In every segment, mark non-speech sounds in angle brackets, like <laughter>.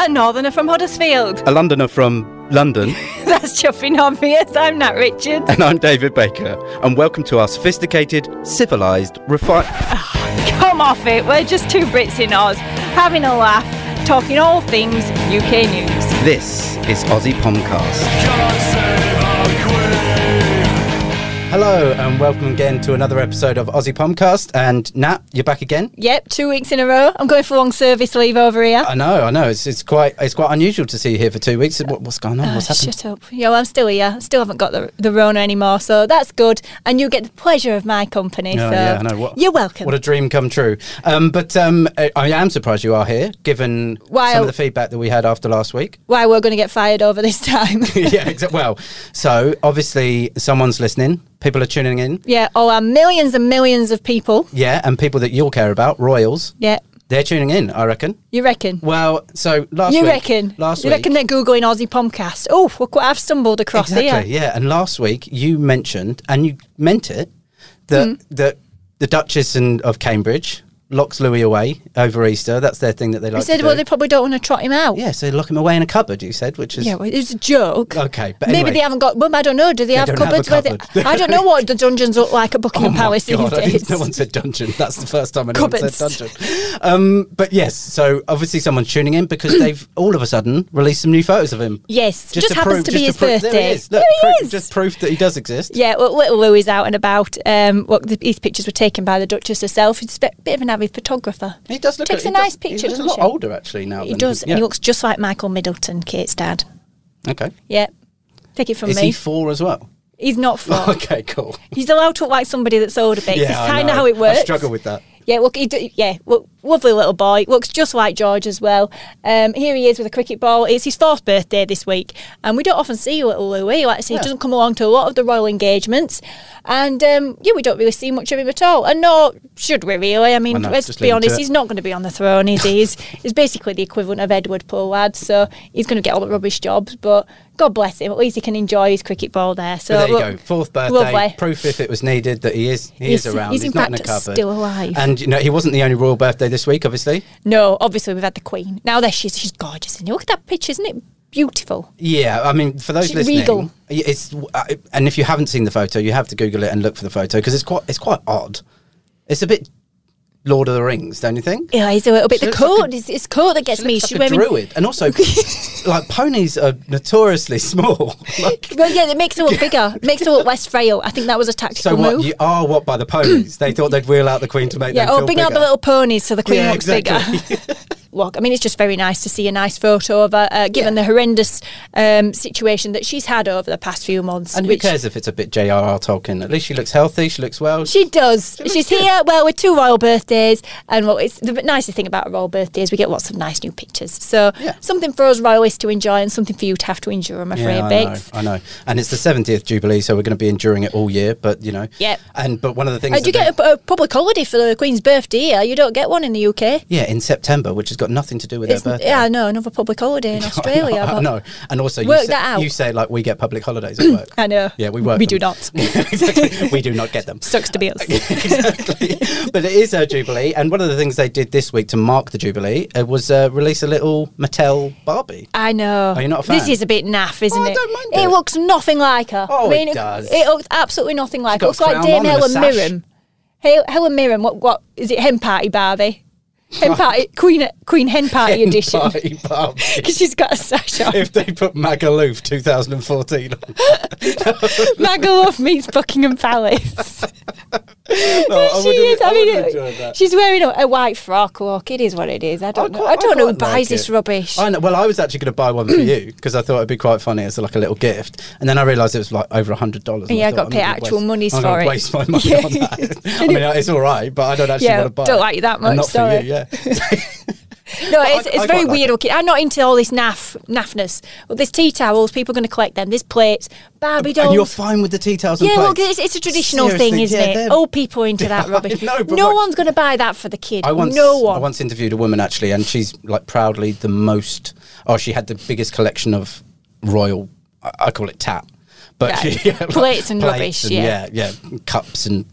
A northerner from Huddersfield. <laughs> A Londoner from London, <laughs> That's chuffing obvious. I'm Nat Richard. and I'm David Baker, and welcome to our sophisticated, civilised, refined. Come off it. We're just two Brits in Oz, having a laugh, talking all things UK news. This is Aussie Pomcast. Hello, and welcome again to another episode of Aussie Pomcast. And Nat, you're back again. Yep, two weeks in a row. I'm going for long service leave over here. I know, I know. It's, it's quite it's quite unusual to see you here for two weeks. What, what's going on? What's Oh, happened? Shut up. Yo, I'm still here. I Still haven't got the, the Rona anymore, so that's good. And you get the pleasure of my company. Yeah, so yeah, I know. What, you're welcome. What a dream come true. Um, but um, I, I am surprised you are here, given some Well- of the feedback that we had after last week. Why we're going to get fired over this <laughs> <laughs> time. yeah, exa- well, so obviously someone's listening. People are tuning in. yeah, oh, our millions and millions of people. Yeah, and people that you'll care about, royals, Yeah, they're tuning in. I reckon. you reckon? Well, so last you week, reckon? last you week, reckon they're googling Aussie Pomcast? Oh, look what I've stumbled across here. exactly, yeah. And last week you mentioned, and you meant it, Hmm. that that the Duchess and of Cambridge locks Louis away over Easter. That's their thing that they like. I said, to well, do. they probably don't want to trot him out. yeah, so they lock him away in a cupboard. You said, which is Yeah, well, it's a joke. Okay, but maybe anyway. they haven't got. Well, I don't know. Do they, have don't have a cupboards? where they- cupboard. Oh I don't know what the dungeons look like at Buckingham my Palace God, <laughs> I these didn't- days. No one said dungeon. That's the first time anyone said Cupboards. dungeon. Um, but yes, so obviously someone's tuning in <clears throat> because they've all of a sudden released some new photos of him. Yes, just, to happens prove- to be his just prove- birthday. There he is. Look, There he proof- is. Just proof that he does exist. Yeah, well, little Louis out and about. Um, well, the, these pictures were taken by the Duchess herself. He's a bit, bit of an avid photographer. He does look. Takes he a nice does- picture, He's a doesn't lot she? older actually now. He than- does, yeah. and he looks just like Michael Middleton, Kate's dad. Okay. Yeah, take it from Is me. he four as well? He's not four. <laughs> Okay, cool. He's allowed to look like somebody that's older, bit. Yeah, it's I kind know. of how it works. I struggle with that. Yeah, look, he do, yeah, look, lovely little boy. Looks just like George as well. Um, here he is with a cricket ball. It's his fourth birthday this week, and we don't often see little Louis. Like I say, Yeah. he doesn't come along to a lot of the royal engagements, and um, yeah, we don't really see much of him at all. And nor should we really? I mean, Why not? let's Just leave be him to honest, it. he's not going to be on the throne, is he? He's, he's basically the equivalent of Edward, poor lad. So he's going to get all the rubbish jobs, but God bless him. At least he can enjoy his cricket ball there. So But there you look, go. Fourth birthday. lovely. Proof if it was needed that he is. He He's- is around. he's He's, in not in a fact cupboard. still alive. And you know he wasn't the only royal birthday this week. Obviously. No, obviously we've had the Queen. Now there she's she's gorgeous, isn't it? Look at that picture, isn't it beautiful? Yeah, I mean, for those She's listening, regal. it's uh, and if you haven't seen the photo, you have to Google it and look for the photo because it's quite it's quite odd. It's a bit Lord of the Rings, don't you think? Yeah, it's a little bit. She the looks like coat, a- it's, it's coat that gets She me. looks She's like a wearing- druid, <laughs> and also like ponies are notoriously <laughs> small. like, Well, yeah, it makes <laughs> her look bigger. It makes her look less frail. I think that was a tactical so what? move. You are what by the ponies? they thought they'd wheel out the queen to make yeah, them oh, feel bring bigger. out the little ponies so the queen Yeah, looks exactly. <laughs> bigger. <laughs> Look, I mean, it's just very nice to see a nice photo of her, uh, given the horrendous um, situation that she's had over the past few months. and who which- cares if it's a bit J.R.R. Tolkien? At least she looks healthy. She looks well. She does. She's here. Well, with two royal birthdays, and well, it's the nicest thing about a royal birthday is we get lots of nice new pictures. So Yeah. something for us royalists to enjoy, and something for you to have to endure. I'm afraid, Yeah, I know, Biggs. I know. And it's the 70th Jubilee, so we're going to be enduring it all year, but you know. Yep. And but one of the things Uh, do you that they- get a, a public holiday for the Queen's birthday? Here? You don't get one in the UK. Yeah, in September, which has got nothing to do with It's, their birthday. yeah, I know another public holiday in Australia. uh, <laughs> I but- know. And also, you Work say, that out. you say like we get public holidays at work. <clears throat> I know. Yeah, we work. We them. do not. <laughs> exactly. We do not <laughs> get them. Sucks to be <laughs> us. exactly. But it is her jubilee, and one of the things they did this week to mark the jubilee uh, was uh, release a little Mattel Barbie. I know. Are you not a This fan? is a bit naff, isn't Oh, I it? don't mind it? it. looks nothing like her. Oh, I mean, it does. It looks absolutely nothing like got her. It looks a like crown Dame on and a Helen sash. Mirren. Hel- Helen Mirren, what, what is it? Hen party Barbie, hen party Queen Queen Hen <laughs> party Hen edition. Party Barbie. <laughs> Because she's got a sash <laughs> on. if they put Magaluf 2014 on. Magaluf meets Buckingham Palace. No, <laughs> Oh, <laughs> I she would've- is. I, I mean, would've it- enjoyed that. she's wearing a, a white frock. Look, it is what it is. I don't know. quite- I don't know who quite like buys this it. rubbish. I know. Well, I was actually going to buy <clears throat> one for you because I thought it'd be quite funny as like a little gift, and then I realised it was like over a hundred dollars. Yeah, I gotta pay actual monies I'm for gonna it. Waste my <laughs> money on that. I mean, uh, it's all right, but I don't actually Yeah, want to buy. don't it. like you that And much, Not for sorry. <laughs> you, yeah. No, it's, I- it's very I quite like weird. looking. I'm not into all this naff naffness. Well, there's tea towels. People are going to collect them. There's plates, Barbie dolls. and you're fine with the tea towels. And yeah, look, plates? it's, it's a traditional Seriously, thing, isn't yeah, it? Oh, they're- Old people are into that <laughs> I rubbish. know, but no what- one's going to buy that for the kid. I once, no one. I once interviewed a woman actually, and she's like proudly the most, or she had the biggest collection of royal. I, I call it tap, but Right. she, <laughs> yeah, Plates and rubbish, yeah. yeah, yeah, cups and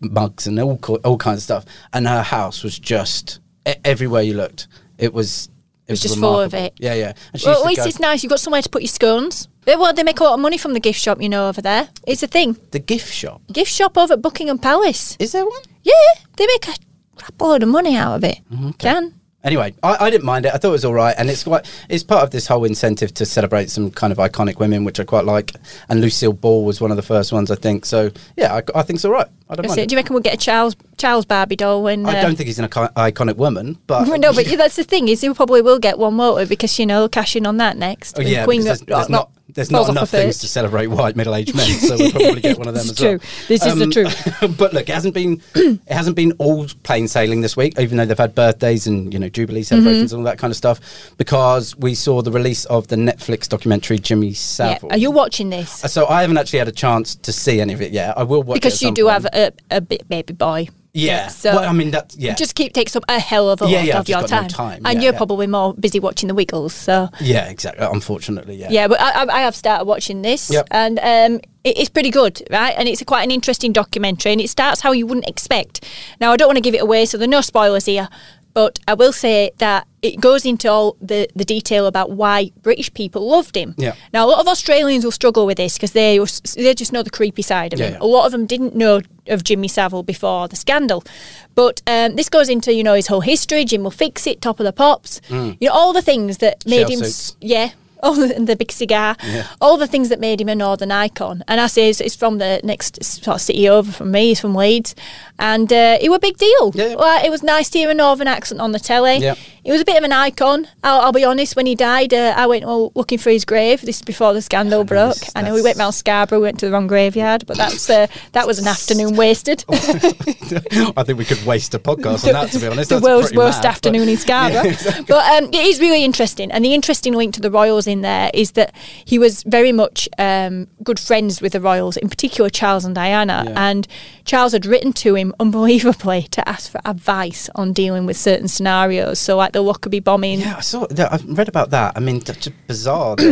mugs and all co- all kinds of stuff. And her house was just e- everywhere you looked, it was was just full of remarkable. it. Yeah, yeah. And she Well, at used to least go- it's nice. You've got somewhere to put your scones. They- Well, they make a lot of money from the gift shop, you know, over there. It's a thing. the gift shop. Gift shop over at Buckingham Palace. Is there one? Yeah, they make a crap load of money out of it. Mm-hmm, Can. Anyway, I, I didn't mind it. I thought it was all right, and it's quite it's part of this whole incentive to celebrate some kind of iconic women, which I quite like. And Lucille Ball was one of the first ones, I think. So yeah, I, I think it's all right. I don't That's mind. it. it. Do you reckon we'll get a Charles, Charles Barbie doll when. I uh, don't think he's an icon- iconic woman, but <laughs> no, but that's the thing is, you probably will get one more because you know they'll cash in on that next. Oh, And yeah, Queen because there's, got- there's got- not there's not falls off enough a things perch. to celebrate white middle <laughs> aged men, so we'll probably get one of them This is as well. Um, true. This is the truth. <laughs> but look, it <clears throat> hasn't been it hasn't been all plain sailing this week, even though they've had birthdays and you know jubilee Mm-hmm. celebrations and all that kind of stuff. Because we saw the release of the Netflix documentary Jimmy Yeah. Savile. Uh, Are you watching this? so I haven't actually had a chance to see any of it yet. I will watch it because at you some do point. have a, a bi- baby boy. yeah. So well, I mean that's yeah. just keep takes up a hell of a Yeah, lot yeah, I've of just your got time. no time. and Yeah, you're yeah. probably more busy watching the Wiggles. So yeah, exactly. Unfortunately, yeah. yeah, but I, I- I have started watching this, Yep. and um, it, it's pretty good, right? And it's quite an interesting documentary, and it starts how you wouldn't expect. Now, I don't want to give it away, so there are no spoilers here, but I will say that it goes into all the, the detail about why British people loved him. Yeah. Now, a lot of Australians will struggle with this because they was- they just know the creepy side of Yeah, him. yeah. A lot of them didn't know of Jimmy Savile before the scandal, but um, this goes into you know his whole history. Jim will fix it, top of the pops, you know all the things that made Mm. Shell him. suits. s- yeah. <laughs> All the, and the big cigar, Yeah. all the things that made him a northern icon. And I say it's, it's from the next sort of city over from me. He's from Leeds, and uh, it was a big deal. Yeah. Well, it was nice to hear a northern accent on the telly. Yeah. He was a bit of an icon. I'll, I'll be honest. When he died, uh, I went well, looking for his grave. This is before the scandal broke. this- I know we that's- went round Scarborough, we went to the wrong graveyard, but that's uh, that was an afternoon wasted. <laughs> <laughs> I think we could waste a podcast on that. To be <laughs> honest, the That's world's pretty worst mad, but- afternoon in <laughs> Scarborough. But um, it is really interesting. And the interesting link to the royals in there is that he was very much um, good friends with the royals, in particular Charles and Diana. Yeah. And Charles had written to him unbelievably to ask for advice on dealing with certain scenarios. So, like the Lockerbie bombing. Yeah, I saw. That, I've read about that. I mean, that's just bizarre. <clears throat>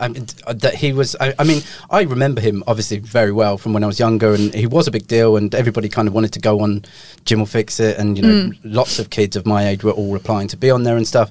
That, I mean, uh, that he was. I, I mean, I remember him obviously very well from when I was younger, and he was a big deal, and everybody kind of wanted to go on Jim will fix it, and you know, Mm. lots of kids of my age were all applying to be on there and stuff.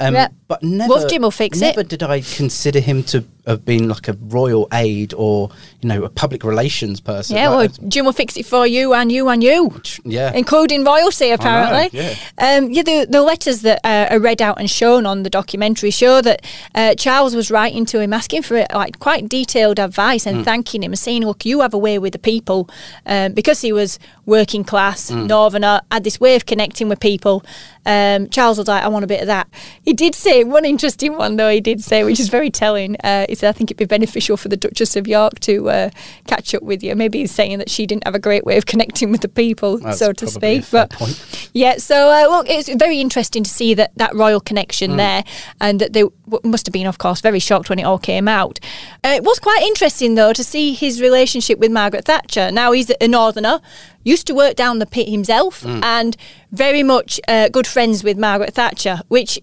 Um, Yeah. But never, Love Jim Will Fix It. Never did I consider him to have been like a royal aide or you know a public relations person. Yeah, well, Like, Jim will fix it for you and you and you. uh, yeah. Including royalty, apparently. yeah. Um, yeah, the, the letters that uh, are read out and shown on the documentary show that uh, Charles was writing to him, asking for like quite detailed advice Hmm. and thanking him and saying, "Look, you have a way with the people," um, because he was working class, Hmm. northerner, had this way of connecting with people. Um, Charles was like, "I want a bit of that." He did say one interesting one though. He did say, which is very telling. Uh, he said, "I think it'd be beneficial for the Duchess of York to uh, catch up with you." Maybe he's saying that she didn't have a great way of connecting with the people, That's so to probably a speak. fair But point. yeah, so uh, look, it's very interesting to see that that royal Mm. connection there, and that they w- must have been, of course, very shocked when it all came out. Uh, it was quite interesting though to see his relationship with Margaret Thatcher. Now he's a northerner, used to work down the pit himself, Mm. and very much uh, good friends with Margaret Thatcher, which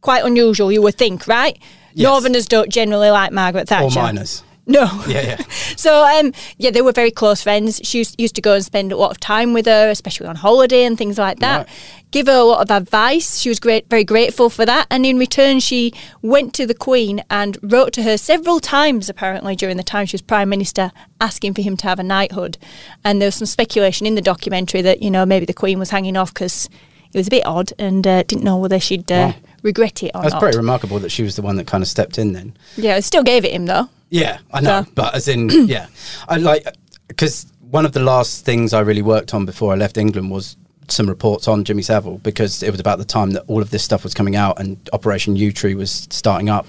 quite unusual, you would think, right? Yes. Northerners don't generally like Margaret Thatcher. or minors. No. Yeah, yeah. <laughs> So um, yeah, they were very close friends. She used, used to go and spend a lot of time with her, especially on holiday and things like that. Right. Give her a lot of advice. She was great, very grateful for that. And in return, she went to the Queen and wrote to her several times, apparently during the time she was Prime Minister, asking for him to have a knighthood. And there was some speculation in the documentary that you know maybe the Queen was hanging off because it was a bit odd and uh, didn't know whether she'd uh, Wow. regret it or That's not. pretty remarkable that she was the one that kind of stepped in then. yeah, it still gave it him though. Yeah, I know, So- but as <clears throat> in, yeah, I like because one of the last things I really worked on before I left England was some reports on Jimmy Savile because it was about the time that all of this stuff was coming out and Operation U Tree was starting up,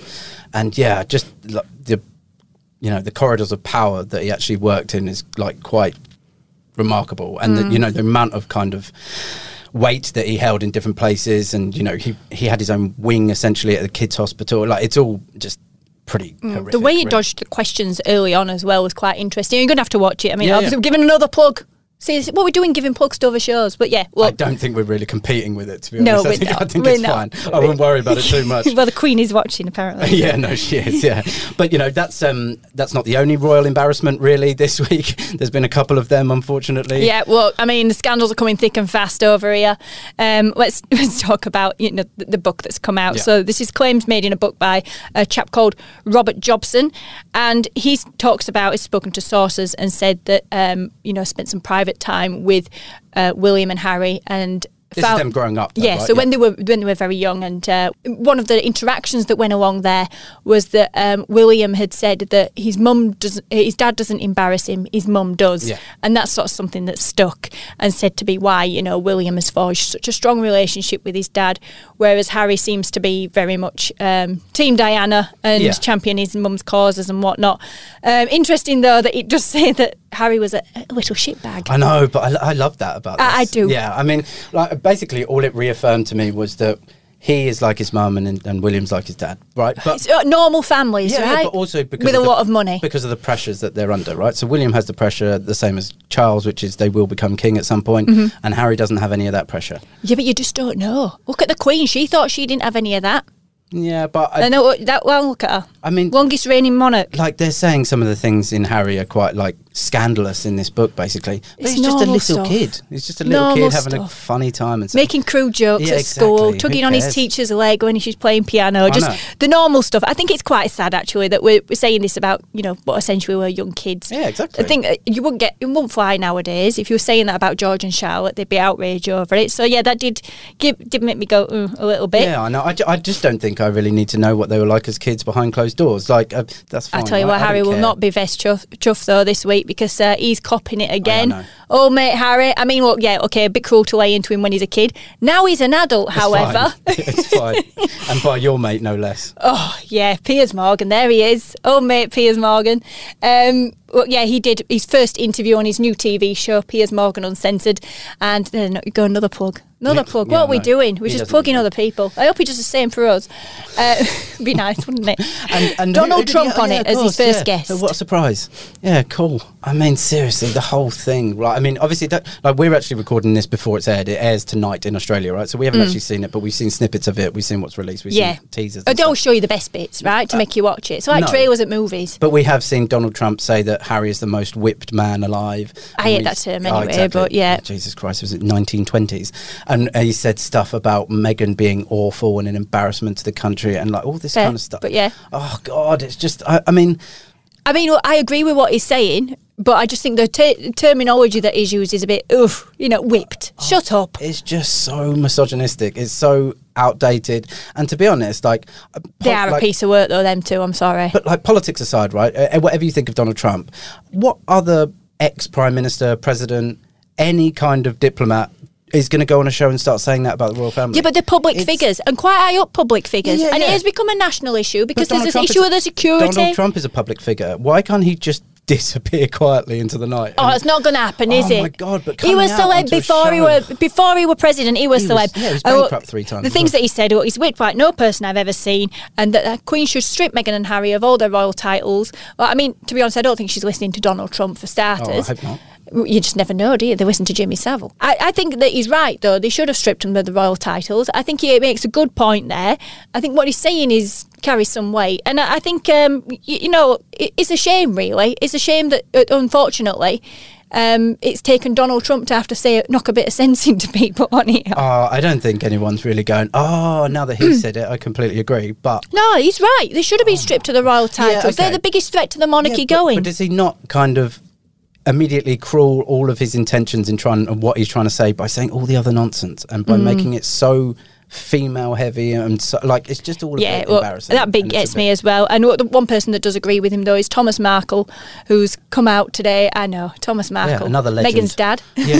and yeah, just like, the you know the corridors of power that he actually worked in is like quite remarkable, and Mm. the, you know the amount of kind of weight that he held in different places, and you know he he had his own wing essentially at the kids' hospital. Like it's all just pretty. horrific, Mm. The way he really. dodged the questions early on as well was quite interesting. You're going to have to watch it. I mean, Yeah, obviously, yeah. I'm giving another plug. See, this is what we're doing, giving plugs to other shows. But yeah, well, I don't think we're really competing with it, to be No, honest. I we're think, I not. think We're it's not. fine. I wouldn't worry about it too <laughs> much. well, the Queen is watching apparently. <laughs> yeah, no, she is. Yeah, but you know that's um, that's not the only royal embarrassment really this <laughs> week. There's been a couple of them, unfortunately. Yeah, well, I mean, the scandals are coming thick and fast over here. Um, let's <laughs> let's talk about you know the, the book that's come out. Yeah. So this is claims made in a book by a chap called Robert Jobson, and he talks about he's spoken to sources and said that um, you know spent some private time with uh, William and Harry and. This is them growing up. Though, Yeah, right? so when they were when they were very young, and uh, one of the interactions that went along there was that um, William had said that his mum doesn't, his dad doesn't embarrass him, his mum does, Yeah. and that's sort of something that stuck and said to be why you know William has forged such a strong relationship with his dad, whereas Harry seems to be very much um, Team Diana and Yeah. champion his mum's causes and whatnot. Um, interesting though that it does <laughs> say that Harry was a, a little shitbag. I know, but I, lo- I love that about. This. I- I do. Yeah, I mean, like basically, all it reaffirmed to me was that he is like his mum, and and William's like his dad, right? But It's, uh, normal families, yeah, right? but also because with a of the- lot of money. because of the pressures that they're under, right? So William has the pressure the same as Charles, which is they will become king at some point, Mm-hmm. and Harry doesn't have any of that pressure. Yeah, but you just don't know. Look at the Queen. She thought she didn't have any of that. Yeah, but I, I know that. Well, look at her. I mean- longest reigning monarch. like they're saying some of the things in Harry are quite like scandalous in this book, basically. But It's he's just a normal little stuff. kid. He's just a little Normal kid having a stuff. funny time and stuff. Making crude jokes Yeah, at school, exactly. Who tugging on his cares? teacher's leg when she's playing piano, just know. the normal stuff. I think it's quite sad actually that we're, we're saying this about you know what essentially were young kids. Yeah, exactly. I think uh, you wouldn't get it wouldn't fly nowadays. If you were saying that about George and Charlotte, they'd be outraged over it. So yeah, that did give, did make me go mm, a little bit. yeah, I know. I, ju- I just don't think I really need to know what they were like as kids behind closed doors. Like, uh, that's I fine. tell you right? what, I Harry don't will care. not be vest chuff, chuff though this week because uh, he's copping it again. know. oh mate, Harry. I mean, well, yeah, okay, a bit cruel to lay into him when he's a kid. Now he's an adult, It's however. fine. <laughs> it's fine. <laughs> And by your mate, no less. Oh yeah, Piers Morgan. There he is. Oh mate, Piers Morgan. Um, well, yeah, he did his first interview on his new TV show, Piers Morgan Uncensored, and then go another plug. Another Yeah, plug. yeah, what are we no, doing? We're he just doesn't plugging need other people. I hope he does the same for us. Uh, <laughs> be nice, wouldn't it? And, and who- Donald who did he- Trump oh, on yeah, it of as his course, first yeah. guest. Oh, what a surprise! Yeah, cool. I mean, seriously, the whole thing. Right? I mean, obviously, that, like we're actually recording this before it's aired. It airs tonight in Australia, right? So we haven't actually seen it, but we've seen snippets of it. We've seen what's released. We've Mm. yeah. seen teasers. Oh, and they'll stuff. Uh, show you the best bits, right, to make you watch it. So like no. trailers at movies. But we have seen Donald Trump say that Harry is the most whipped man alive. I And hate we- that term Oh, anyway, but yeah. Jesus Christ, was it 1920s? And uh, he said stuff about Meghan being awful and an embarrassment to the country and like all this Fair, kind of stuff. but yeah. Oh, God, it's just, I, I mean, I mean, I agree with what he's saying, but I just think the ter- terminology that is used is a bit, oof, you know, whipped. Oh. Shut up. it's just so misogynistic. It's so outdated. And to be honest, like, uh, They po- are a like- piece of work, though, them two. I'm sorry. But like politics aside, right? Uh, whatever you think of Donald Trump, what other ex prime minister, president, any kind of diplomat is going to go on a show and start saying that about the royal family? yeah, but they're public It's- figures and quite high up public figures. Yeah, yeah, and it yeah. has become a national issue but because there's Donald this Trump is issue a- of the security. Donald Trump is a public figure. Why can't he just <laughs> disappear quietly into the night? Oh, And- it's not going to happen, Oh is it? my God, but he coming was out celeb onto a before he show. were before he were president. He was He was- celeb. yeah, he was Oh, bankrupt three times The as things well. that he said, well, he's whipped like no person I've ever seen, and that the Queen should strip Meghan and Harry of all their royal titles. Well, I mean, to be honest, I don't think she's listening to Donald Trump for starters. Oh, I hope not. You just never know, do you? They listen to Jimmy Savile. I, I think that he's right, though. They should have stripped him of the royal titles. I think he makes a good point there. I think what he's saying is carries some weight, and I, I think um, y- you know it, it's a shame, really. It's a shame that uh, unfortunately. Um, it's taken Donald Trump to have to say knock a bit of sense <laughs> into people on here. Oh, I don't think anyone's really going. Oh, now that <clears throat> he said it, I completely agree. But No, he's right. They should have been stripped of the royal titles. They're okay. the biggest threat to the Yeah, monarchy but- going. But does he not kind of immediately crawl all of his intentions in trying and what he's trying to say by saying all the other nonsense and Mm. by making it so female heavy and so, like it's just all a yeah, bit well, embarrassing. that bit and it's a gets bit- me as well. And what the one person that does agree with him though is Thomas Markle, who's come out today. I know Thomas Yeah, Markle, another legend. Megan's <laughs> dad. Yeah,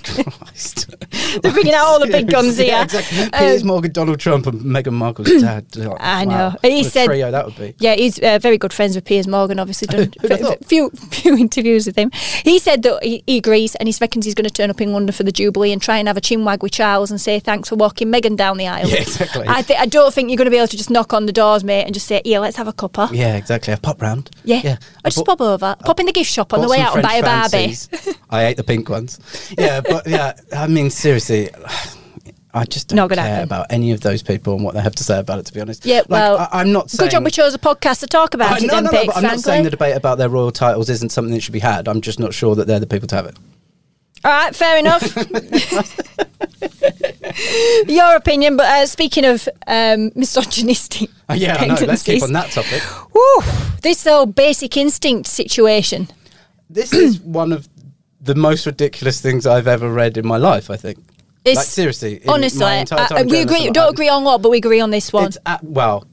<laughs> Christ. They're bringing out all the big guns <laughs> Yeah, here. exactly. Um, Piers Morgan, Donald Trump, and <clears throat> Meghan Markle's dad. Like, I wow, know. He what a said- trio that would be. Yeah, he's uh, very good friends with Piers Morgan. <laughs> Obviously, done Who'd f- have thought? few few <laughs> interviews with him. He said that he, he agrees, and he reckons he's going to turn up in London for the Jubilee and try and have a chin wag with Charles and say thanks for walking Meghan down the aisle. <laughs> Yeah, exactly. I, th- I don't think you're going to be able to just knock on the doors, mate, and just say, "Yeah, let's have a cuppa." Yeah, exactly. I pop round. Yeah, yeah. or just pop over, pop in the gift shop on eh? bought the way some out and buy French a Barbie. fancies. I ate the pink ones. Yeah, but yeah, I mean seriously, I just don't Not care gonna happen. about any of those people and what they have to say about it. To be honest, Yeah, Like, well, I, am not. Saying, Good job we chose a podcast to talk about I- it. no, then, no, no, Pick, but I'm not frankly. saying the debate about their royal titles isn't something that should be had. I'm just not sure that they're the people <laughs> to have it. All right, fair <laughs> enough. <laughs> Your opinion, but uh, speaking of um, misogynistic, <laughs> Oh, yeah, I know. Let's keep on that topic. Woo, this whole basic instinct situation. This is one of the most ridiculous things I've ever read in my life. I think. It's- like seriously, in honestly, my entire I- time in we agree. journalism, Don't I've- agree on what, but we agree on this one. It's at, well,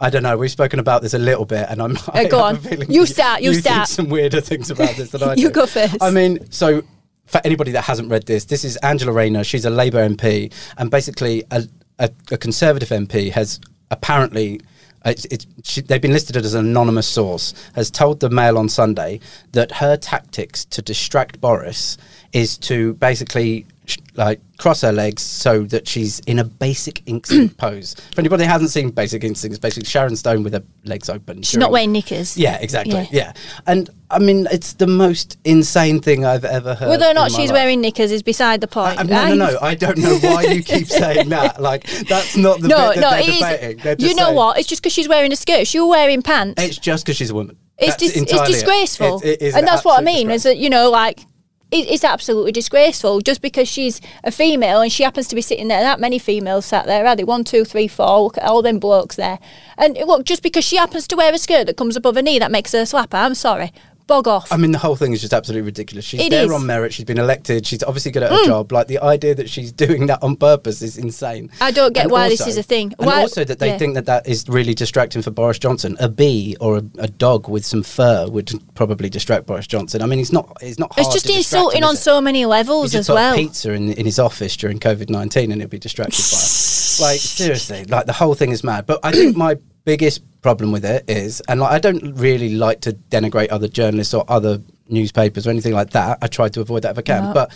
I don't know. We've spoken about this a little bit, and I'm. <laughs> I Oh, go have on. a feeling You start, you think start. some weirder things about <laughs> this than I do. You go first. I mean, so for anybody that hasn't read this, this is Angela Rayner. She's a Labour MP, and basically a, a, a Conservative MP has apparently. It's, it's, she, they've been listed as an anonymous source has told the Mail on Sunday that her tactics to distract Boris is to basically sh- like cross her legs so that she's in a Basic <clears throat> Instinct pose. For anybody who hasn't seen Basic Instinct, it's basically Sharon Stone with her legs open. She's not during- wearing knickers. yeah, exactly. Yeah. Yeah. And I mean, it's the most insane thing I've ever heard. Whether or not in my she's life. wearing knickers is beside the point. I, no, no, I- no. I don't know why <laughs> you keep saying that. Like, that's not the no, bit that no, they're it is- debating. They're just You know saying- what? It's just because she's wearing a skirt. She was wearing pants. It's just because she's a woman. it's, That's dis- it's entirely it. disgraceful. It- it is and an that's what I absolute mean, is disgrace. that, you know, like, it, it's absolutely disgraceful just because she's a female and she happens to be sitting there. That many females sat there, are they? One, two, three, four. Look at all them blokes there. And look, just because she happens to wear a skirt that comes above her knee, that makes her a slapper. I'm sorry. Bog off. I mean, the whole thing is just absolutely ridiculous. She's It there is. Mm. on merit. She's been elected. She's obviously good at her job. Like the idea that she's doing that on purpose is insane. I don't get And why this is a thing. And Why- also that they yeah. think that that is really distracting for Boris Johnson. A bee or a, a dog with some fur would probably distract Boris Johnson. I mean, it's not. It's not. it's hard just to distract him, insulting is on it? so many He levels just as got well. pizza in, in his office during COVID 19 and he'll be distracted by it. Like, seriously, like the whole thing is mad. But <clears throat> I think my biggest problem with it is, and like, I don't really like to denigrate other journalists or other newspapers or anything like that. I try to avoid that if I can. No. But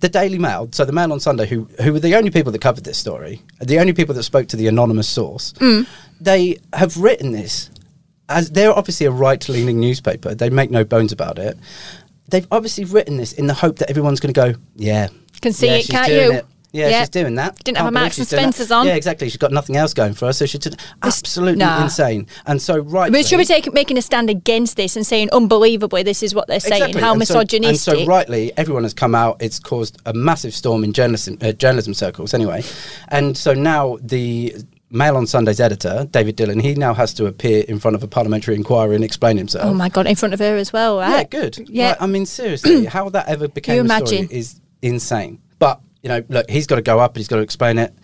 the Daily Mail, so the Mail on Sunday, who who were the only people that covered this story, the only people that spoke to the anonymous source, Mm. they have written this as they're obviously a right leaning newspaper. They make no bones about it. They've obviously written this in the hope that everyone's going to go, yeah, Can see yeah, it, she's can't doing you? it. Yeah, Yeah. she's doing that. Didn't have Can't a believe Marks and she's doing that." Spencer's on. Yeah, exactly. She's got nothing else going for her, so she's just absolutely nah. insane. And so, right, But should be taking, making a stand against this and saying, unbelievably, this is what they're saying, how And so- misogynistic. and so, rightly, everyone has come out. It's caused a massive storm in journalism, uh, journalism circles, anyway. And so now the Mail on Sunday's editor, David Dillon, he now has to appear in front of a parliamentary inquiry and explain himself. Oh my god, in front of her as well, yeah, right? good. Yeah. Like, I <clears throat> mean, seriously, how that ever became You a imagine? story is insane. But you know, look, he's got to go up and he's got to explain it.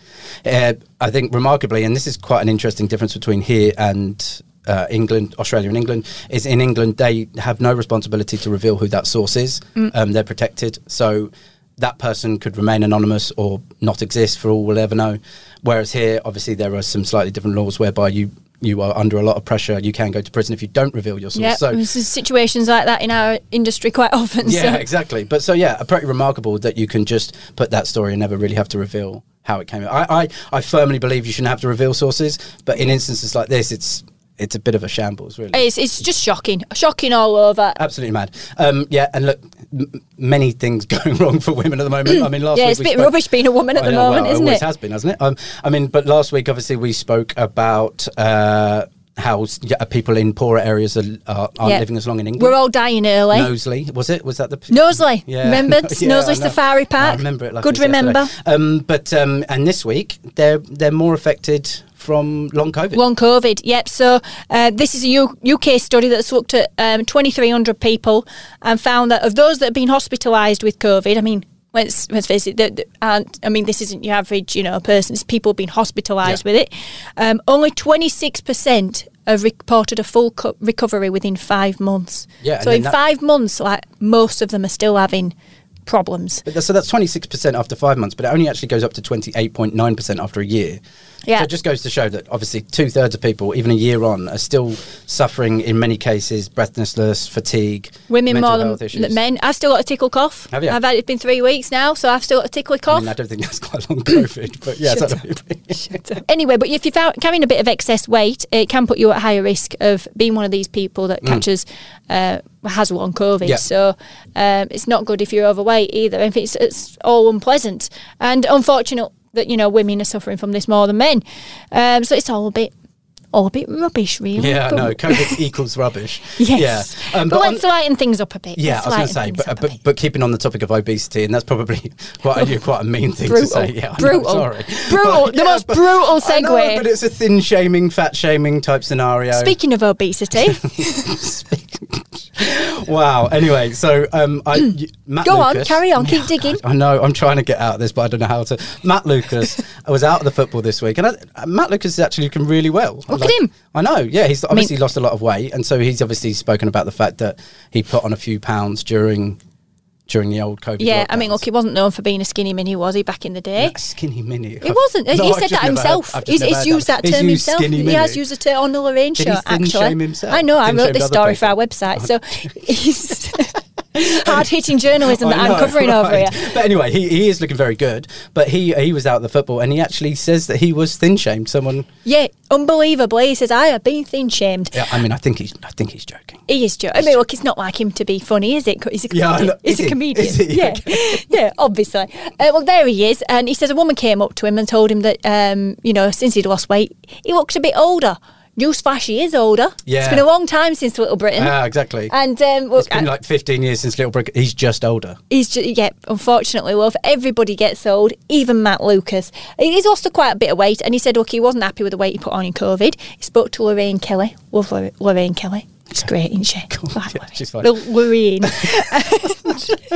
Uh, I think remarkably, and this is quite an interesting difference between here and. Uh, England, Australia, and England is in England. They have no responsibility to reveal who that source is. Mm. Um, they're protected, so that person could remain anonymous or not exist for all we'll ever know. Whereas here, obviously, there are some slightly different laws whereby you you are under a lot of pressure. You can go to prison if you don't reveal your source. yeah, so there's situations like that in our industry quite <laughs> often. yeah, so. exactly. But so yeah, pretty remarkable that you can just put that story and never really have to reveal how it came. out. I, I, I firmly believe you shouldn't have to reveal sources, but in instances like this, it's it's a bit of a shambles, really. It's, it's just shocking, shocking all over. Absolutely mad. Um, yeah, and look, m- many things <laughs> going wrong for women at the moment. I mean, <clears throat> last Yeah, week it's a we bit spoke- rubbish being a woman at I the know, moment, well, isn't it? Always it? has been, hasn't it? Um, I mean, but last week obviously we spoke about uh, how s- yeah, people in poorer areas are, are, aren't Yeah. living as long in England. We're all dying early. Nosley, was it? Was that the Nosley, Yeah. remember <laughs> Yeah, I Nosley know. Safari Park? I remember it. Like Good it was yesterday. remember. Um, but um, and this week they're they're more affected from long COVID. Long COVID, yep. So uh, this is a U- UK study that's looked at um, 2,300 people and found that of those that have been hospitalised with COVID, I mean, let's, let's face it, that- that aren't, I mean, this isn't your average, you know, person. It's people being hospitalised Yeah. with it. Um, only 26% have reported a full co- recovery within five months. Yeah, and so then in that- five months, like most of them are still having problems. But that's, so that's 26% after five months, but it only actually goes up to 28.9% after a year. Yeah. So it just goes to show that obviously two thirds of people, even a year on, are still suffering in many cases breathlessness, fatigue, Women mental more than health issues. men. I've still got a tickle cough. Have you? I've had it's been three weeks now, so I've still got a tickle I cough. mean, I don't think that's quite long COVID, but yeah, <laughs> Shut that's what I mean. anyway, but if you're fa- carrying a bit of excess weight, it can put you at higher risk of being one of these people that catches uh, has long COVID. Mm. Yeah. So um, it's not good if you're overweight either. If it's it's all unpleasant and unfortunate that you know women are suffering from this more than men. Um, so it's all a bit all a bit rubbish, really. Yeah, But- no, COVID equals rubbish. <laughs> Yes. Yeah. Um, but, but on- let's lighten things up a bit. Yeah, Let's I was going to lighten say, things up but, a but bit. but keeping on the topic of obesity, and that's probably <laughs> quite a, quite a mean thing Brutal. to say. Yeah, I know, Brutal. sorry, <laughs> Brutal. The most but- brutal I know, segue. but it's a thin shaming, fat shaming type scenario. <laughs> Speaking of obesity, wow. Anyway, so um, I y- Matt Go on, Lucas, carry on, <laughs> keep digging. I know I'm trying to get out of this, but I don't know how to. <laughs> Matt Lucas I was out of the football this week, and I, uh, Matt Lucas is actually looking really well. Look at him. I know. Yeah, he's obviously lost a lot of weight, and so he's obviously spoken about the fact that he put on a few pounds during during the old COVID. yeah, I mean, lockdowns. look, he wasn't known for being a skinny mini, was he, back in the day? A skinny mini. It wasn't. No, he I've said just that never heard- himself. I've just he's never he's heard used that He's term used himself. skinny He mini. has used the term on the Lorraine Did show. he thin actually, shame himself? I know. I Thin wrote shamed this other story for our people? website. <laughs> So he's hard hitting journalism I that I'm know, covering over right. here. But anyway, he, he is looking very good. But he he was out of the football, and he actually says that he was thin shamed. Someone. Yeah, unbelievably, he says I have been thin shamed. Yeah, I mean, I think he's I think he's joking. He is joking. I mean, look, it's not like him to be funny, is it? 'Cause He's a Yeah, I comedian. know. he's Is a he? comedian. Is he? Yeah, <laughs> yeah, obviously. Uh, well, there he is, and he says a woman came up to him and told him that, um, you know, since he'd lost weight, he looked a bit older. Newsflash, he is older. it's Yeah. Uh, been a long time since Little Britain. <laughs> Yeah, exactly. And um, well, it's been like 15 years since Little Brick. He's just older. he's just, yeah, unfortunately, well, if everybody gets old, even Matt Lucas. He's lost quite a bit of weight, and he said, look, he wasn't happy with the weight he put on in COVID. He spoke to Lorraine Kelly. Love Lor- Lorraine Kelly. She's great, isn't she? Right, <laughs> yeah, she's Lorraine. Lorraine. <laughs>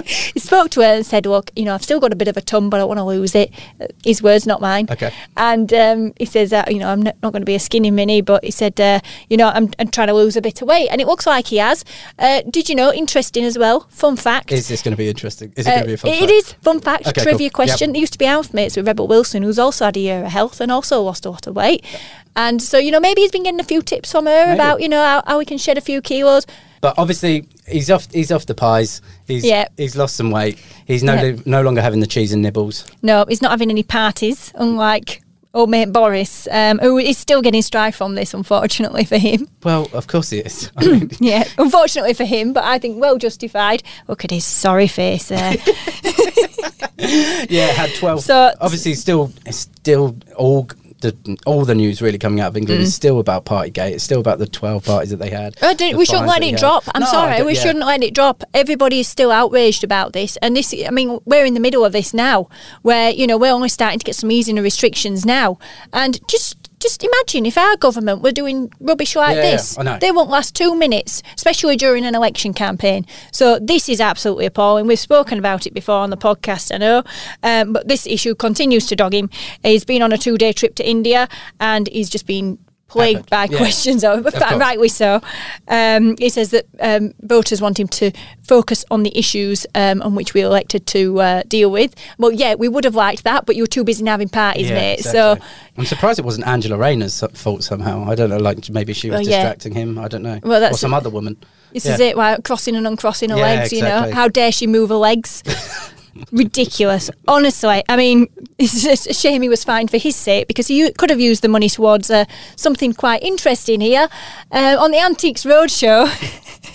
he spoke to her and said, look, you know, I've still got a bit of a tum, but I want to lose it. Uh, His words, not mine. Okay. And um, he says, uh, you know, I'm not, not going to be a skinny mini, but he said, uh, you know, I'm, I'm trying to lose a bit of weight. And it looks like he has. Uh, did you know, interesting as well, fun fact. Is this going to be interesting? Is it going Uh, to be a fun? it fact? is fun fact Okay, trivia cool. Yep. question. He used to be housemates with Rebel Wilson, who's also had a year of health and also lost a lot of weight. And so you know maybe he's been getting a few tips from her about you know how, how he can shed a few kilos. But obviously, he's off. He's off the pies. He's Yeah. he's lost some weight. He's no Yeah. no longer having the cheese and nibbles. No, he's not having any parties, unlike old mate Boris, um, who is still getting strife from this, unfortunately for him. <laughs> Well, of course he <laughs> is. I mean, Yeah, unfortunately for him, but I think well justified. Look at his sorry face there. yeah, had twelve. So- obviously, still, it's still all the all the news really coming out of England Mm. is still about Partygate. It's still about the twelve parties that they had. I didn't, the Oh, we shouldn't fines let that he it had. drop. I'm No, I sorry, don't- we yeah. shouldn't let it drop. Everybody is still outraged about this, and this. I mean, we're in the middle of this now, where you know we're only starting to get some easing of restrictions now, and just. Just imagine if our government were doing rubbish like Yeah, yeah, this. I know. They won't last two minutes, especially during an election campaign. So this is absolutely appalling. We've spoken about it before on the podcast, I know, um, but this issue continues to dog him. He's been on a two-day trip to India, and he's just been plagued by Peppered, yeah. questions over, course. rightly so. Um, he says that um, voters want him to focus on the issues um, on which we elected to uh, deal with. Well, yeah, we would have liked that, but you were too busy having parties, Yeah, mate. So exactly. I'm surprised it wasn't Angela Rayner's so- fault somehow. I don't know, like maybe she was Well, yeah. distracting him. I don't know. Well, or that's- some other woman. This Yeah. is it. Why crossing and uncrossing her Yeah, legs? You exactly. know how dare she move her legs? <laughs> Ridiculous. Honestly, I mean, <laughs> it's just a shame he was fined for his sake because he u- could have used the money towards uh, something quite interesting here uh, on the Antiques Roadshow.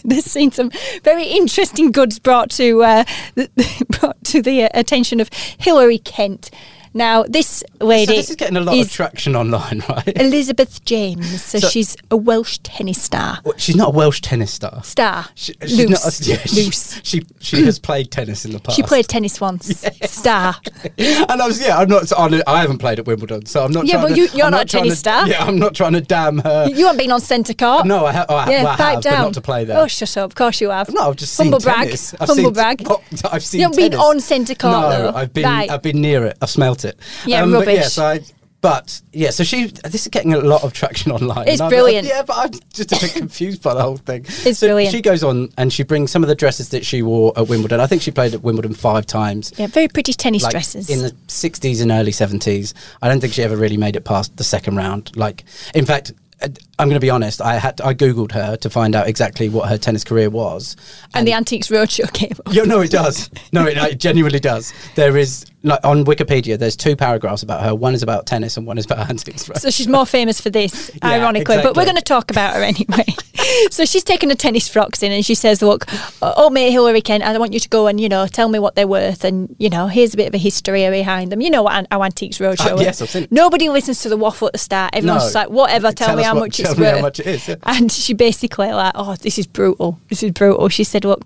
<laughs> There's seen some very interesting goods brought to uh, <laughs> th- brought to the uh, attention of Hillary Kent. Now, this lady So this is getting a lot is of traction online, <laughs> right? Elizabeth James, so, So- she's a Welsh tennis star. Well, She's not a Welsh tennis star. Star. She, she's Loose. Not, yeah, <laughs> she, Loose. She, <clears throat> she has played tennis in the past. She played tennis once. <laughs> Star. and I was yeah, I'm not. I I haven't played at Wimbledon, so I'm not. Yeah, trying but to- you- you're I'm not a trying tennis to- star. Yeah, I'm not trying to damn her. You haven't been on centre court. No, I, ha- oh, I, Yeah, well, I pipe have, down. but not to play there. Oh, shut up. Of course you have. no, I've just seen Humble brag. tennis. I've Humble seen, brag. Oh, <laughs> I've seen. You haven't been tennis. on centre court, No, though. I've been. Right. I've been near it. I've smelt it. Yeah, But yeah, rubbish. so I, But yeah, so she this is getting a lot of traction online. It's And I'm like, brilliant. yeah, but I'm just a bit confused by the whole thing. It's so brilliant. She goes on and she brings some of the dresses that she wore at Wimbledon. I think she played at Wimbledon five times. Yeah, very pretty tennis like dresses. in the 60s and early 70s. I don't think she ever really made it past the second round. Like, in fact, uh, I'm going to be honest. I had to, I googled her to find out exactly what her tennis career was. and the Antiques Roadshow came up. Yeah, no, it does. No, it, it genuinely does. There is like on Wikipedia. There's two paragraphs about her. One is about tennis, and one is about antiques. Right? So she's more famous for this, <laughs> Yeah, ironically, but exactly. we're going to talk about her anyway. <laughs> so she's taken her tennis frocks in and she says, Look, oh, mate, Hillary Kent, I want you to go and, you know, tell me what they're worth. And, you know, here's a bit of a history behind them. You know what an- how Antiques Roadshow Ah, is. <laughs> yes, I've seen it. Nobody listens to the waffle at the start. Everyone's No. just like, Whatever, tell, Tell me us how what- much tell it's me how worth. much it is, yeah. And she basically, like, Oh, this is brutal. This is brutal. She said, Look,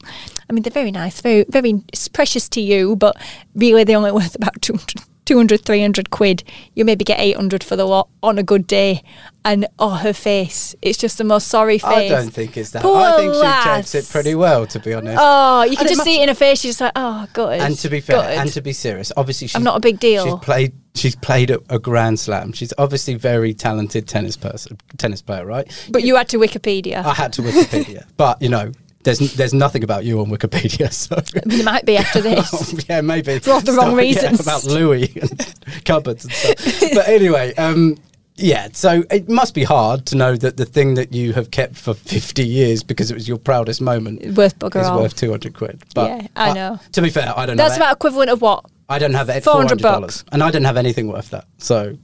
I mean, they're very nice, very, very it's precious to you, but really they're only worth about 200 200, 300 quid. You maybe get 800 for the lot on a good day. And oh, her face. It's just the most sorry face. I don't think it's that. Poor I think she lass. takes it pretty well, to be honest. Oh, you can And it just must- see it in her face. She's just like, oh, good. and to be fair, good. and to be serious, obviously she's not a big deal. She's played. She's played a, a Grand Slam. She's obviously very talented tennis person, tennis player, right? but you add to Wikipedia. I had <laughs> to Wikipedia, but you know, there's n- there's nothing about you on Wikipedia, <laughs> so. there might be after <laughs> Oh, this. yeah, maybe For all the wrong Stuff, yeah, reasons. <laughs> about Louis and <laughs> cupboards and stuff. But anyway, um, yeah. So it must be hard to know that the thing that you have kept for fifty years because it was your proudest moment Worth bugger is all. worth two hundred quid. But Yeah, I know. To be fair, I don't That's know. about equivalent of what? I don't have it. Four hundred 400 dollars, and I don't have anything worth that. So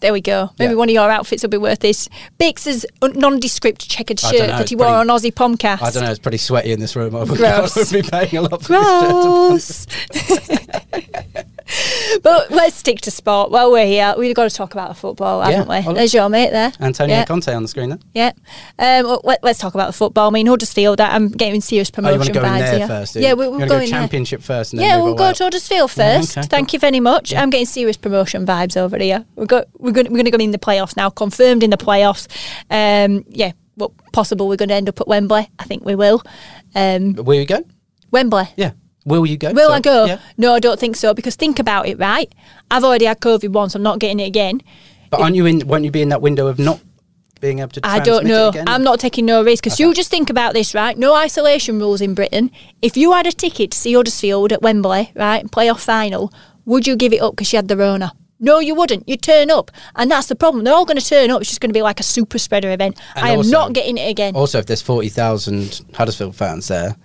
There we go. Maybe Yeah. one of your outfits will be worth this. Bix's un- nondescript checkered I shirt don't know, that it's he wore pretty- on Aussie Pomcast. I don't know. It's pretty sweaty in this room. I would, <laughs> I Gross. would be paying a lot for this shirt. <laughs> Gross. but let's stick to sport. While we're here, we've got to talk about football, haven't Yeah, we? I'll- There's your mate there. Antonio yeah. Conte on the screen then. yeah. Um, well, let, us talk about the football. I mean, Huddersfield, that I'm getting serious Oh, you promotion want to go in vibes there here. first? do you? yeah, we, You we're wanna going go there. championship first, and then Yeah, move we'll our way go up? to Huddersfield Yeah, first. Mm, okay, Thank you very much. I'm getting serious promotion vibes over here. We're go- we're going we're going to go in the playoffs now. Confirmed in the playoffs. Um, yeah, well, possible we're going to end up at Wembley. I think we will. Um, Where you go? Wembley. Yeah. Will you go? Will So- I go? Yeah. No, I don't think so. Because think about it, right? I've already had COVID once. I'm not getting it again. But aren't you in? Won't you be in that window of not being able to? I don't transmit it know. again? I'm not taking no risk. Because you just think about this, right? No isolation rules in Britain. If you had a ticket to see Huddersfield at Wembley, right, playoff final, would you give it up because you had the Rona? No, you wouldn't. You turn up, and that's the problem. They're all going to turn up. It's just going to be like a super spreader event. And I am also- oh, not getting it again. Also, if there's forty thousand Huddersfield fans there,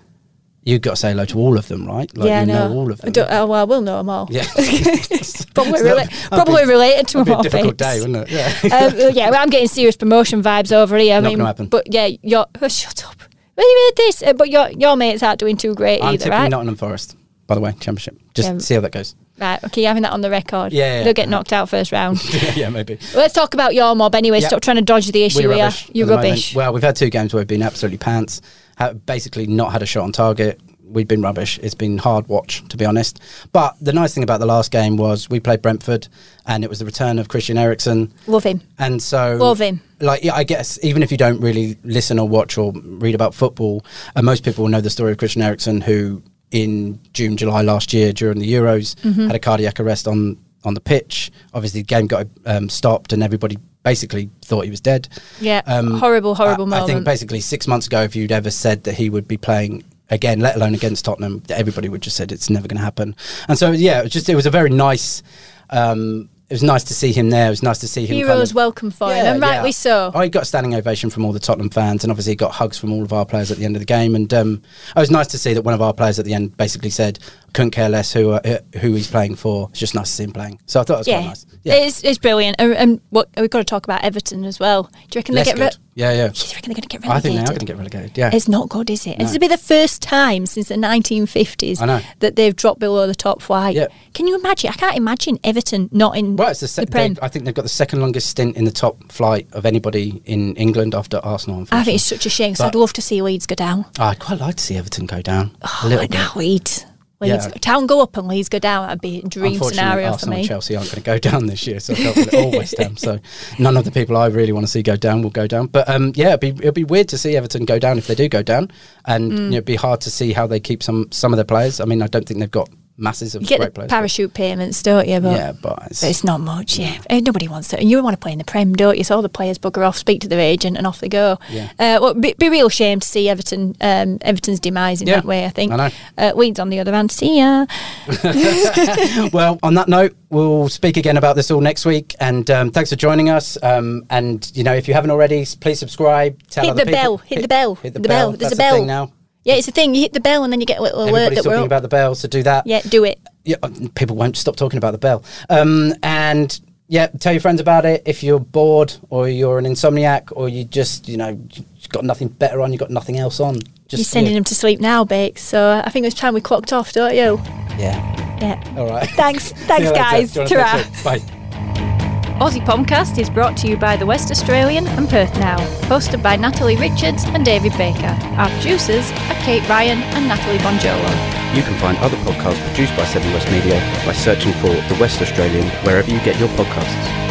you've got to say hello to all of them, right? Like yeah, you no. know all of them. I don't- oh, well, I will know them all. yeah. <laughs> <laughs> Probably, So that'd rela- be- that'd probably be- related to It'd them be <laughs> a all, difficult babes. day, wouldn't it? Yeah. <laughs> um, well, yeah, well, I'm getting serious promotion vibes over here. I Not mean, gonna happen. But yeah, you're <laughs> oh, shut up. Well, you made this, uh, but your your mates aren't doing too great I'm either, tipping right? Nottingham Forest. By the way, championship. Just Yeah. see how that goes. <laughs> Right, okay, you're having that on the record. Yeah, yeah, they'll get yeah. knocked out first <laughs> round. yeah, yeah, maybe. Let's talk about your mob anyway. Yeah. Stop trying to dodge the issue We're here. rubbish. You're at the moment. rubbish. Well, we've had two games where we've been absolutely pants. Ha basically, not had a shot on target. We've been rubbish. It's been hard watch, to be honest. But the nice thing about the last game was we played Brentford, and it was the return of Christian Eriksen. Love him. And so, Love him. Like, yeah, I guess even if you don't really listen or watch or read about football, and most people know the story of Christian Eriksen, who in June, July last year during the Euros Mm-hmm. had a cardiac arrest on on the pitch. Obviously, the game got um, stopped, and everybody basically thought he was dead. Yeah, Um, horrible, horrible I, moment. I think basically six months ago, if you'd ever said that he would be playing again, let alone against Tottenham, that everybody would just said it's never going to happen. And so yeah, it was just it was a very nice. Um, it was nice to see him there. It was nice to see him. kind Heroes of- welcome for him, and rightly so. I got a standing ovation from all the Tottenham fans, and obviously got hugs from all of our players at the end of the game. And um, it was nice to see that one of our players at the end basically said, "Couldn't care less who uh, who he's playing for. It's just nice to see him playing." So I thought it was yeah, quite nice. Yeah, It's, it's brilliant. And, and what we've got to talk about Everton as well. Do you reckon less they good. get? Re- yeah, yeah. <laughs> do you reckon they're going to get I think relegated? they are going to get relegated. Yeah, It's not good, is it? And This will be the first time since the 1950s I know. that they've dropped below the top flight. Yeah. Can you imagine? I can't imagine Everton not in Well, it's the, sec- Prem. they've- I think they've got the second longest stint in the top flight of anybody in England after Arsenal. I think it's such a shame because I'd But- love to see Leeds go down. Oh, I'd quite like to see Everton go down a Oh, little I bit. know, Leeds. Leeds Yeah. go- Town go up and Leeds go down. That'd be a dream Unfortunately, scenario for Arsenal me. and Chelsea aren't going to go <laughs> down this year, so I've got all West Ham. So none of the people I really want to see go down will go down. But um, yeah, it'd be, it'd be weird to see Everton go Mm. down if they do go down, and you know, it'd be hard to see how they keep some some of their players. I mean, I don't think they've got masses of You get great the players. parachute payments, don't you? But yeah, but it's, But it's not much, yeah. Eh, Nobody wants to. And you want to play in the Prem, don't you? So all the players bugger off, speak to their agent, and off they go. Yeah. Uh, well, be, be real shame to see Everton um, Everton's demise in Yeah, that way. I think. I know. Uh, Weeds on the other hand, see ya. <laughs> well, on that note, we'll speak again about this all next week. And um, thanks for joining us. Um, and you know, if you haven't already, s- please subscribe. Tell Hit other the people- bell, hit the bell, Hit the, the bell. bell, there's That's a bell. The thing now. Yeah, it's a thing. You hit the bell, and then you get a little alert Everybody's that we're talking up. about the bell, so do that. yeah, do it. yeah, uh, people won't stop talking about the bell. Um, and yeah, tell your friends about it. If you're bored or you're an insomniac or you just, you know, you've got nothing better on, you've got nothing else on. Just You're sending yeah. them to sleep now, Bakes. So uh, I think it's time we clocked off, don't you? Yeah. Yeah. All right. Thanks, <laughs> See thanks, you later. guys. Join us next Ta-ra. week. Bye. Aussie Pomcast is brought to you by The West Australian and Perth Now, hosted by Natalie Richards and David Baker. Our producers are Kate Ryan and Natalie Bonjolo. You can find other podcasts produced by Seven West Media by searching for The West Australian wherever you get your podcasts.